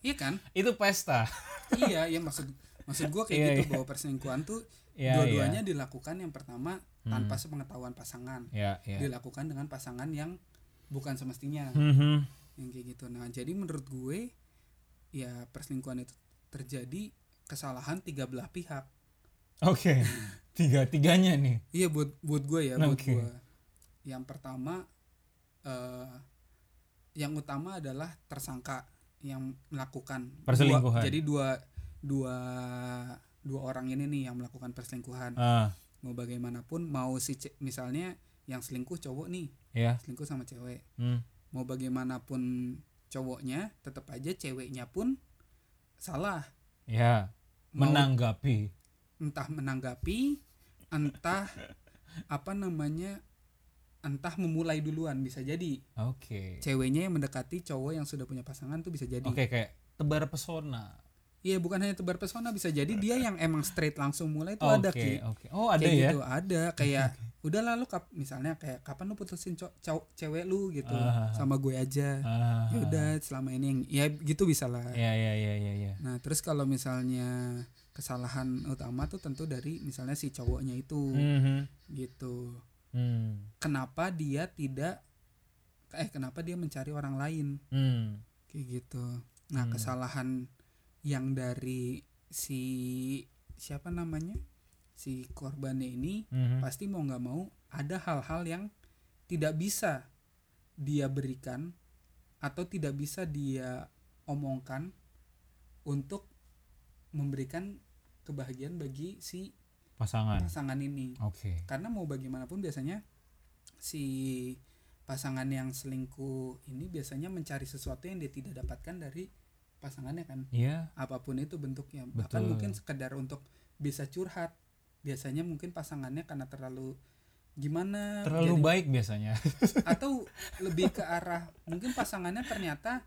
S2: iya kan
S1: itu pesta.
S2: iya ya maksud maksud gua kayak
S1: Iya,
S2: gitu
S1: iya.
S2: bahwa perselingkuhan tuh
S1: Ya,
S2: dua-duanya dilakukan yang pertama tanpa
S1: Hmm.
S2: sepengetahuan pasangan
S1: Ya ya. ya.
S2: dilakukan dengan pasangan yang bukan semestinya
S1: Mhm.
S2: yang kayak gitu nah jadi menurut gue ya perselingkuhan itu terjadi kesalahan tiga belah pihak
S1: Oke. Tiga-tiganya
S2: [LAUGHS]
S1: nih.
S2: iya buat buat gue ya buat
S1: Oke.
S2: gue yang pertama eh yang utama adalah tersangka yang melakukan Dua-
S1: Perselingkuhan.
S2: jadi dua dua dua orang ini nih yang melakukan perselingkuhan
S1: Ah,
S2: mau bagaimanapun mau si ce- misalnya yang selingkuh cowok nih
S1: ya.
S2: selingkuh sama cewek
S1: Hmm.
S2: mau bagaimanapun cowoknya tetap aja ceweknya pun salah
S1: Ya,
S2: Mau
S1: menanggapi.
S2: entah menanggapi entah apa namanya entah memulai duluan bisa jadi
S1: Oke.
S2: ceweknya yang mendekati cowok yang sudah punya pasangan tuh bisa jadi
S1: Oke kayak tebar pesona.
S2: iya bukan hanya tebar pesona bisa jadi dia yang emang straight langsung mulai tuh ada Ki.
S1: Oke, oke. Oh, ada
S2: kayak
S1: ya.
S2: gitu ada kayak udah lalu kap misalnya kayak kapan lu putusin cow- cow- cewek lu gitu
S1: Ah.
S2: sama gue aja
S1: Ah.
S2: ya udah selama ini yang ya gitu bisa lah
S1: Ya, ya, ya, ya, ya.
S2: Nah, terus kalau misalnya kesalahan utama tuh tentu dari misalnya si cowoknya itu
S1: Mhm.
S2: gitu.
S1: Hmm.
S2: Kenapa dia tidak eh kenapa dia mencari orang lain
S1: Hmm.
S2: kayak gitu. Nah,
S1: Hmm.
S2: kesalahan yang dari si siapa namanya? si korbannya ini
S1: Mhm.
S2: pasti mau nggak mau ada hal-hal yang tidak bisa dia berikan atau tidak bisa dia omongkan untuk memberikan kebahagiaan bagi si
S1: Pasangan.
S2: pasangan ini
S1: Oke.
S2: karena mau bagaimanapun biasanya si pasangan yang selingkuh ini biasanya mencari sesuatu yang dia tidak dapatkan dari pasangannya kan
S1: Iya,
S2: apapun itu bentuknya bahkan
S1: Betul.
S2: mungkin sekedar untuk bisa curhat biasanya mungkin pasangannya karena terlalu gimana
S1: terlalu
S2: jadi-
S1: baik biasanya [LAUGHS]
S2: atau lebih ke arah mungkin pasangannya ternyata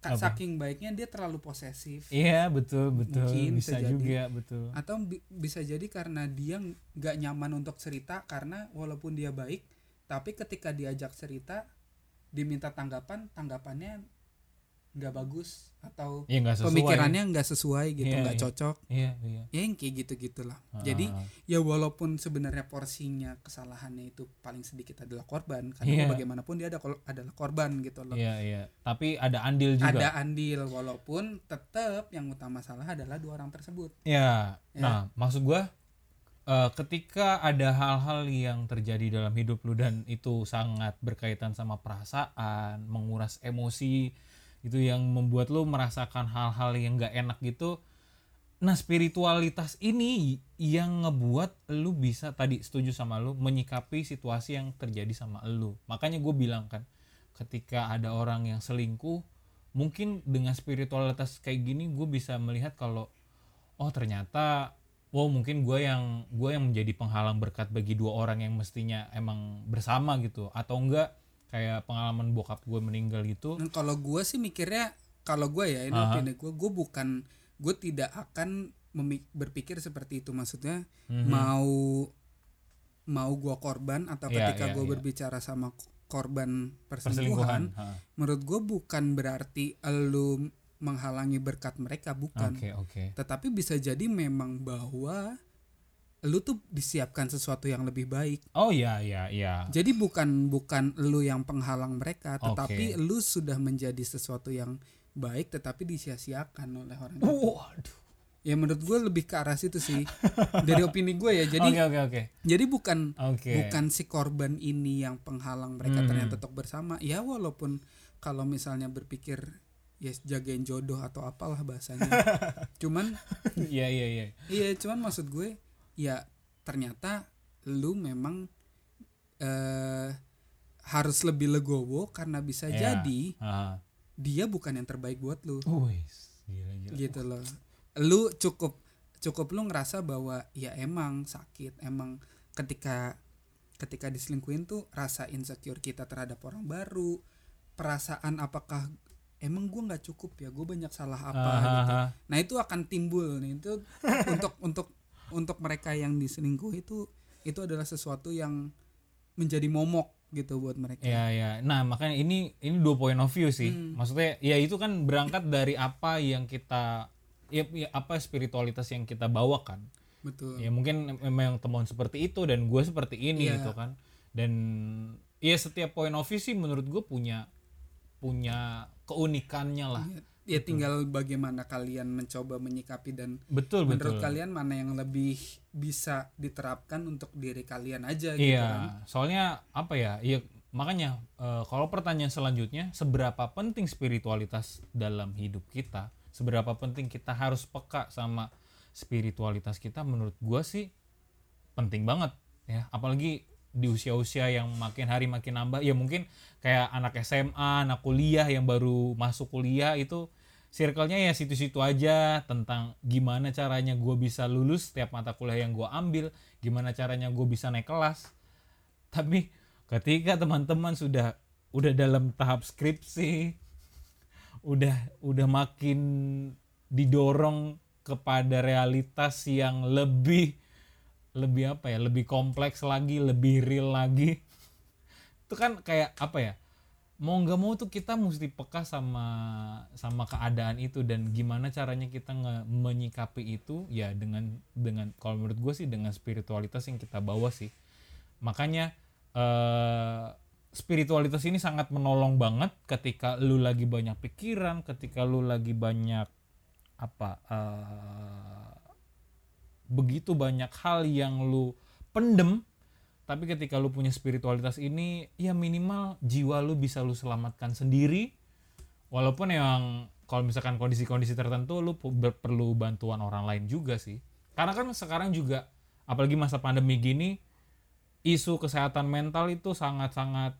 S2: ka-
S1: Apa?
S2: saking baiknya dia terlalu posesif
S1: iya betul betul
S2: Mungkin
S1: bisa
S2: bisa jadi.
S1: juga betul
S2: atau bi- bisa jadi karena dia ng- nggak nyaman untuk cerita karena walaupun dia baik tapi ketika diajak cerita diminta tanggapan tanggapannya nggak bagus atau
S1: ya nggak sesuai
S2: pemikirannya nggak sesuai gitu
S1: Iya,
S2: nggak
S1: iya.
S2: cocok
S1: iya iya
S2: ya yang kayak gitu gitulah jadi
S1: Ah,
S2: ya walaupun sebenarnya porsinya kesalahannya itu paling sedikit adalah korban
S1: Iya.
S2: karena bagaimanapun dia ada kol- adalah korban gitu loh
S1: iya iya tapi ada andil juga
S2: ada andil walaupun tetap yang utama salah adalah dua orang tersebut
S1: ya
S2: Ya.
S1: nah maksud gua eh, ketika ada hal-hal yang terjadi dalam hidup lu dan itu sangat berkaitan sama perasaan menguras emosi itu yang membuat lu merasakan hal-hal yang nggak enak gitu nah spiritualitas ini yang ngebuat lu bisa tadi setuju sama lu menyikapi situasi yang terjadi sama lu makanya gue bilang kan ketika ada orang yang selingkuh mungkin dengan spiritualitas kayak gini gue bisa melihat kalau oh ternyata wow mungkin gue yang gue yang menjadi penghalang berkat bagi dua orang yang mestinya emang bersama gitu atau enggak kayak pengalaman bokap gue meninggal gitu
S2: Dan Nah, kalau gue sih mikirnya kalau gue ya ini
S1: Aha.
S2: opini gue gue bukan gue tidak akan memi- berpikir seperti itu maksudnya
S1: Mhm.
S2: mau mau gue korban atau
S1: Iya,
S2: ketika
S1: iya,
S2: gue
S1: iya.
S2: berbicara sama k- korban perselingkuhan
S1: perselingkuhan Ha.
S2: menurut gue bukan berarti elu menghalangi berkat mereka bukan
S1: oke oke
S2: tetapi bisa jadi memang bahwa lu tuh disiapkan sesuatu yang lebih baik
S1: oh ya ya ya
S2: Jadi bukan bukan lu yang penghalang mereka, tetapi
S1: Oke.
S2: lu sudah menjadi sesuatu yang baik tetapi disia-siakan oleh orang. lain.
S1: waduh
S2: Ya menurut gue lebih ke arah situ
S1: [LAUGHS]
S2: sih. Dari opini gue ya. Jadi
S1: oke oke oke
S2: jadi bukan
S1: oke
S2: bukan si korban ini yang penghalang mereka
S1: Mhm.
S2: ternyata tetap bersama. Ya walaupun kalau misalnya berpikir ya jagain jodoh atau apalah
S1: [LAUGHS]
S2: bahasanya. cuman
S1: [LAUGHS] iya iya iya
S2: iya cuman maksud gue ya ternyata lu memang eh harus lebih legowo karena bisa
S1: Iya.
S2: jadi
S1: Ah.
S2: dia bukan yang terbaik buat lu
S1: Wis, gila gila
S2: gitu loh lu cukup cukup lu ngerasa bahwa ya emang sakit emang ketika ketika diselingkuhin tuh rasa insecure kita terhadap orang baru perasaan apakah emang gue nggak cukup ya gue banyak salah apa
S1: Ah,
S2: gitu
S1: ah, ah.
S2: Nah itu akan timbul nih itu untuk untuk untuk mereka yang diselingkuh itu itu adalah sesuatu yang menjadi momok gitu buat mereka.
S1: Ya ya. Nah, makanya ini ini dua point of view sih.
S2: Hmm.
S1: Maksudnya ya itu kan berangkat dari apa yang kita ya, ya, apa spiritualitas yang kita bawakan.
S2: Betul.
S1: Ya mungkin memang teman seperti itu dan gue seperti ini
S2: Iya.
S1: gitu kan. Dan ya setiap point of view sih menurut gue punya punya keunikannya lah.
S2: Ya, ya tinggal bagaimana kalian mencoba menyikapi dan
S1: Betul
S2: menurut
S1: betul.
S2: kalian mana yang lebih bisa diterapkan untuk diri kalian aja gitu
S1: Iya,
S2: kan.
S1: soalnya apa ya? Iya, makanya eh, kalau pertanyaan selanjutnya, seberapa penting spiritualitas dalam hidup kita? Seberapa penting kita harus peka sama spiritualitas kita? Menurut gua sih penting banget ya, apalagi di usia-usia yang makin hari makin nambah. Ya mungkin kayak anak SMA, anak kuliah yang baru masuk kuliah itu circle-nya ya situ-situ aja tentang gimana caranya gua bisa lulus setiap mata kuliah yang gua ambil, gimana caranya gue bisa naik kelas. Tapi ketika teman-teman sudah udah dalam tahap skripsi, udah udah makin didorong kepada realitas yang lebih lebih apa ya, lebih kompleks lagi, lebih real lagi. Itu kan kayak apa ya? Mau nggak mau tuh kita mesti peka sama sama keadaan itu dan gimana caranya kita nge- menyikapi itu ya dengan dengan kalau menurut gue sih dengan spiritualitas yang kita bawa sih. Makanya eh spiritualitas ini sangat menolong banget ketika lu lagi banyak pikiran, ketika lu lagi banyak apa eh begitu banyak hal yang lu pendem tapi ketika lu punya spiritualitas ini ya minimal jiwa lu bisa lu selamatkan sendiri walaupun yang kalau misalkan kondisi-kondisi tertentu lu pu- ber- perlu bantuan orang lain juga sih karena kan sekarang juga apalagi masa pandemi gini isu kesehatan mental itu sangat-sangat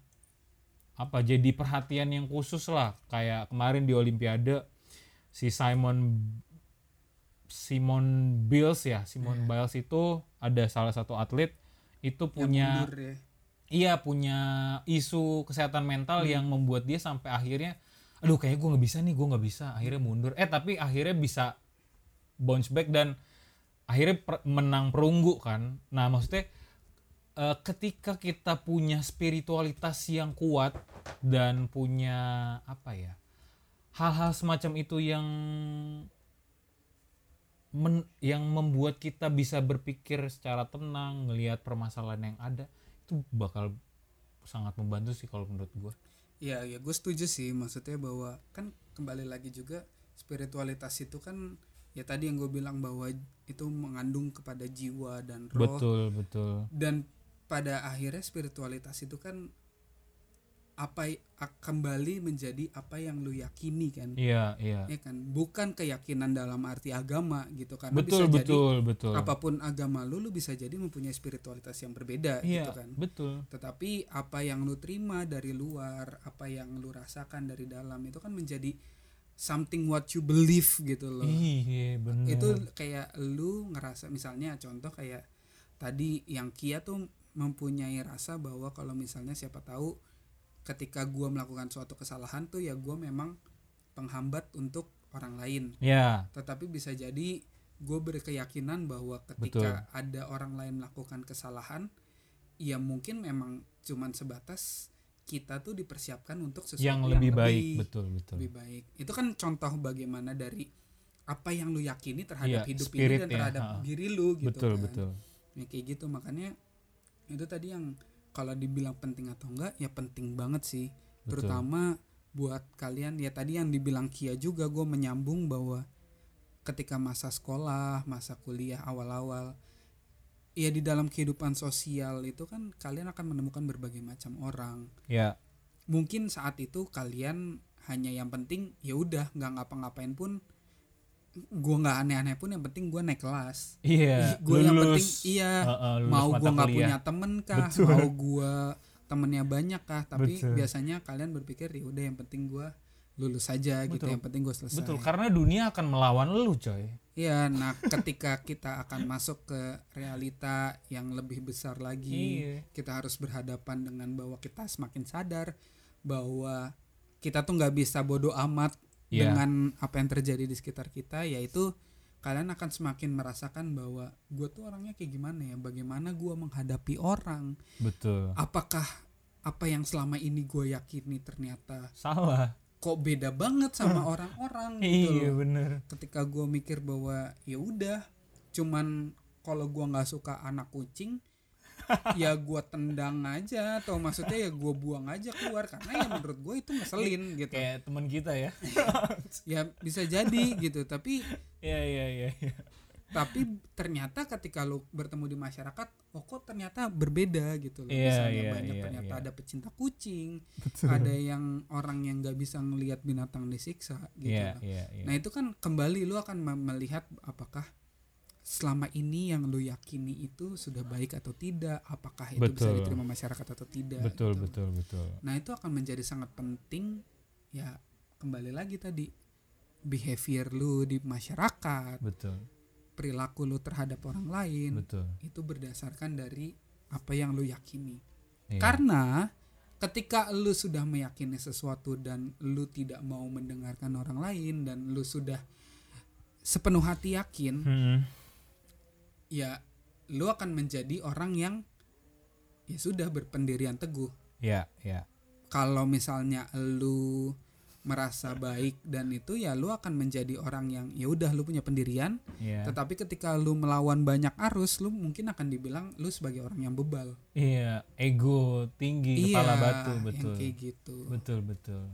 S1: apa jadi perhatian yang khusus lah kayak kemarin di olimpiade si Simon Simon Biles ya Simon Biles itu ada salah satu atlet itu
S2: yang
S1: punya
S2: mundur ya.
S1: iya punya isu kesehatan mental yang membuat dia sampai akhirnya aduh kayaknya gue nggak bisa nih gue nggak bisa akhirnya mundur eh tapi akhirnya bisa bounce back dan akhirnya per- menang perunggu kan nah maksudnya eh, ketika kita punya spiritualitas yang kuat dan punya apa ya hal-hal semacam itu yang men- yang membuat kita bisa berpikir secara tenang ngelihat permasalahan yang ada itu bakal sangat membantu sih kalau menurut gue
S2: Ya, ya gue setuju sih maksudnya bahwa kan kembali lagi juga spiritualitas itu kan ya tadi yang gue bilang bahwa itu mengandung kepada jiwa dan roh
S1: betul betul
S2: dan pada akhirnya spiritualitas itu kan apa y- ak- kembali menjadi apa yang lu yakini kan
S1: iya iya
S2: ya kan bukan keyakinan dalam arti agama gitu karena
S1: betul
S2: bisa jadi
S1: betul betul
S2: apapun agama lu lu bisa jadi mempunyai spiritualitas yang berbeda
S1: iya
S2: gitu kan
S1: betul
S2: tetapi apa yang lu terima dari luar apa yang lu rasakan dari dalam itu kan menjadi something what you believe gitu loh
S1: iya benar
S2: itu kayak lu ngerasa misalnya contoh kayak tadi yang Kia tuh mempunyai rasa bahwa kalau misalnya siapa tahu ketika gua melakukan suatu kesalahan tuh ya gua memang penghambat untuk orang lain
S1: ya
S2: tetapi bisa jadi gue berkeyakinan bahwa ketika ada orang lain melakukan kesalahan ya mungkin memang cuman sebatas kita tuh dipersiapkan untuk sesuatu
S1: yang
S2: yang,
S1: lebih baik
S2: lebih,
S1: betul betul
S2: lebih baik itu kan contoh bagaimana dari apa yang lu yakini terhadap
S1: Iya,
S2: hidup
S1: spirit
S2: ini dan
S1: ya,
S2: terhadap
S1: ha.
S2: diri lu gitu
S1: betul
S2: kan
S1: betul
S2: Ya, kayak gitu makanya itu tadi yang kalau dibilang penting atau enggak ya penting banget sih
S1: Betul.
S2: terutama buat kalian ya tadi yang dibilang Kia juga gue menyambung bahwa ketika masa sekolah masa kuliah awal-awal ya di dalam kehidupan sosial itu kan kalian akan menemukan berbagai macam orang
S1: ya
S2: mungkin saat itu kalian hanya yang penting ya udah nggak ngapa-ngapain pun gue nggak aneh-aneh pun yang penting gue naik kelas
S1: iya
S2: gue yang penting iya
S1: Heeh, Ah, lulus
S2: mau
S1: mata
S2: gua nggak
S1: kuliah.
S2: punya temen kah
S1: Betul.
S2: mau gua temennya banyak kah tapi
S1: Betul.
S2: biasanya kalian berpikir ya udah yang penting gua lulus saja gitu
S1: Betul.
S2: yang penting gua selesai
S1: betul karena dunia akan melawan lu coy
S2: Iya, nah ketika kita akan masuk ke realita yang lebih besar lagi
S1: Iya.
S2: kita harus berhadapan dengan bahwa kita semakin sadar bahwa kita tuh nggak bisa bodoh amat
S1: Iya.
S2: dengan apa yang terjadi di sekitar kita yaitu kalian akan semakin merasakan bahwa gue tuh orangnya kayak gimana ya bagaimana gue menghadapi orang
S1: betul
S2: apakah apa yang selama ini gue yakini ternyata
S1: salah
S2: kok beda banget sama orang-orang gitu
S1: Hmm. iya
S2: loh.
S1: bener
S2: ketika gue mikir bahwa ya udah cuman kalau gue nggak suka anak
S1: [LAUGHS]
S2: kucing ya gue tendang aja atau maksudnya ya gue buang aja keluar karena ya menurut gue itu
S1: Iya.
S2: ngeselin gitu
S1: kayak teman kita
S2: [LAUGHS]
S1: ya
S2: ya bisa jadi gitu tapi
S1: iya iya iya
S2: Gitu.
S1: iya.
S2: tapi ternyata ketika lo bertemu di masyarakat oh kok ternyata berbeda gitu loh
S1: Iya,
S2: misalnya
S1: iya,
S2: banyak
S1: iya,
S2: ternyata
S1: iya.
S2: ada pecinta kucing ada yang orang yang nggak bisa ngelihat binatang disiksa gitu
S1: iya
S2: loh.
S1: iya iya
S2: nah itu kan kembali lo akan mem- melihat apakah selama ini yang lo yakini itu sudah baik atau tidak apakah itu bisa
S1: Betul.
S2: diterima masyarakat atau tidak
S1: betul
S2: gitu.
S1: betul betul
S2: nah itu akan menjadi sangat penting ya kembali lagi tadi behavior lu di masyarakat
S1: betul
S2: perilaku lu terhadap orang lain
S1: betul
S2: itu berdasarkan dari apa yang lu yakini.
S1: Iya.
S2: Karena ketika lu sudah meyakini sesuatu dan lu tidak mau mendengarkan orang lain dan lu sudah sepenuh hati yakin,
S1: Hmm.
S2: ya lu akan menjadi orang yang ya sudah berpendirian teguh.
S1: ya ya
S2: Kalau misalnya lu merasa baik dan itu ya lu akan menjadi orang yang ya udah lu punya pendirian
S1: ya
S2: tetapi ketika lu melawan banyak arus, lu mungkin akan dibilang lu sebagai orang yang bebal.
S1: iya ego tinggi kepala batu betul
S2: Iya, Yang kayak gitu.
S1: betul betul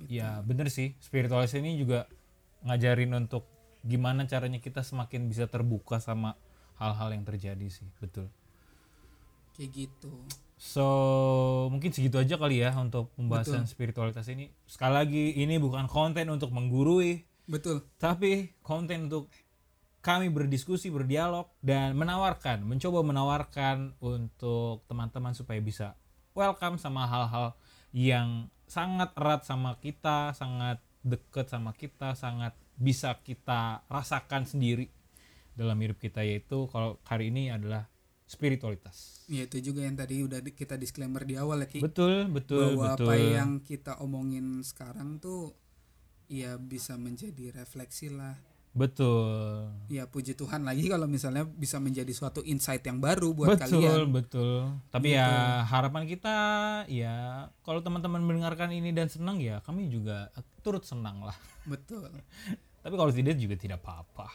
S2: Gitu.
S1: ya bener sih spiritualis ini juga ngajarin untuk gimana caranya kita semakin bisa terbuka sama hal-hal yang terjadi sih betul
S2: Kayak gitu.
S1: So mungkin segitu aja kali ya untuk pembahasan spiritualitas ini. Sekali lagi ini bukan konten untuk menggurui,
S2: Betul.
S1: tapi konten untuk kami berdiskusi, berdialog dan menawarkan, mencoba menawarkan untuk teman-teman supaya bisa welcome sama hal-hal yang sangat erat sama kita, sangat dekat sama kita sangat bisa kita rasakan sendiri dalam hidup kita yaitu kalau hari ini adalah spiritualitas
S2: Ya itu juga yang tadi udah di- kita disclaimer di awal ya Ki
S1: betul betul
S2: bahwa
S1: betul
S2: apa yang kita omongin sekarang tuh ya bisa menjadi refleksi lah.
S1: betul
S2: Ya puji Tuhan lagi kalau misalnya bisa menjadi suatu insight yang baru buat
S1: betul
S2: kalian. Gitu.
S1: betul tapi ya
S2: Betul.
S1: harapan kita ya kalau teman-teman mendengarkan ini dan senang ya kami juga turut senang lah [LAUGHS]
S2: Betul.
S1: tapi kalau tidak juga tidak apa-apa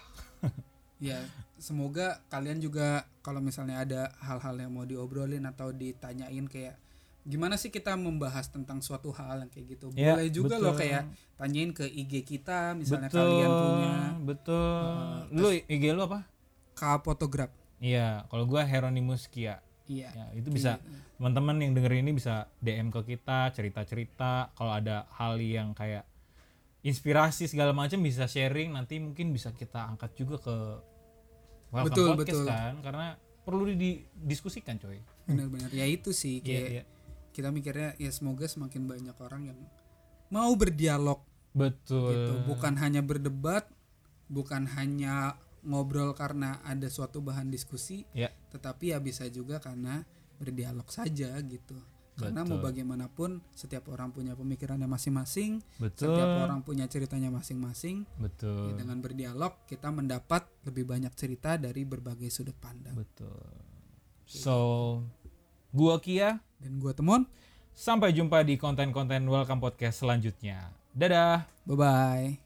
S2: Ya, semoga kalian juga kalau misalnya ada hal-hal yang mau diobrolin atau ditanyain kayak gimana sih kita membahas tentang suatu hal yang kayak gitu.
S1: Ya,
S2: Boleh juga loh
S1: betul.
S2: kayak tanyain ke IG kita misalnya
S1: betul
S2: kalian punya eh,
S1: betul
S2: Heeh,
S1: lu IG lu apa
S2: K fotograf.
S1: iya kalau gua Heronimus Kia
S2: Iya.
S1: ya itu bisa teman-teman yang denger ini bisa DM ke kita cerita-cerita kalau ada hal yang kayak inspirasi segala macam bisa sharing nanti mungkin bisa kita angkat juga ke welcome
S2: Betul,
S1: podcast
S2: betul.
S1: kan karena perlu didiskusikan coy
S2: Benar-benar ya itu sih kayak
S1: Iya, iya.
S2: kita mikirnya ya semoga semakin banyak orang yang mau berdialog
S1: betul
S2: gitu bukan hanya berdebat bukan hanya ngobrol karena ada suatu bahan diskusi
S1: ya
S2: tetapi ya bisa juga karena berdialog saja gitu karena mau
S1: Betul.
S2: bagaimanapun setiap orang punya pemikirannya masing-masing
S1: betul
S2: setiap orang punya ceritanya masing-masing
S1: betul
S2: Ya, dengan berdialog kita mendapat lebih banyak cerita dari berbagai sudut pandang
S1: betul so gua Kia
S2: dan gua temon
S1: sampai jumpa di konten-konten welcome podcast selanjutnya dadah
S2: bye bye